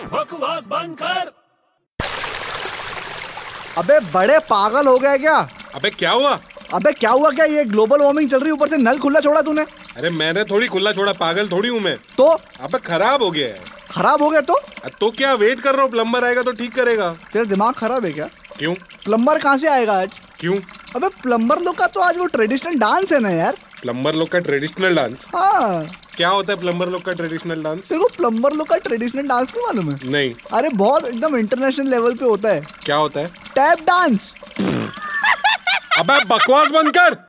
आवाज बंद कर अबे बड़े पागल हो गया क्या अबे क्या हुआ अबे क्या हुआ क्या ये ग्लोबल वार्मिंग चल रही है, ऊपर से नल खुला छोड़ा तूने अरे मैंने थोड़ी खुला छोड़ा पागल थोड़ी हूँ मैं तो अबे खराब हो गया है खराब हो गया तो अ, तो क्या वेट कर रहा हूँ प्लम्बर आएगा तो ठीक करेगा तेरा दिमाग खराब है क्या क्यों प्लम्बर कहाँ से आएगा आज क्यों अबे प्लम्बर लोग का तो आज वो ट्रेडिशनल डांस है ना यार प्लम्बर लोग का ट्रेडिशनल डांस हाँ क्या होता है प्लम्बर लोग का ट्रेडिशनल डांस तेरे को प्लम्बर लोग का ट्रेडिशनल डांस नहीं मालूम है नहीं अरे बहुत एकदम इंटरनेशनल लेवल पे होता है क्या होता है टैप डांस अबे बकवास बंद कर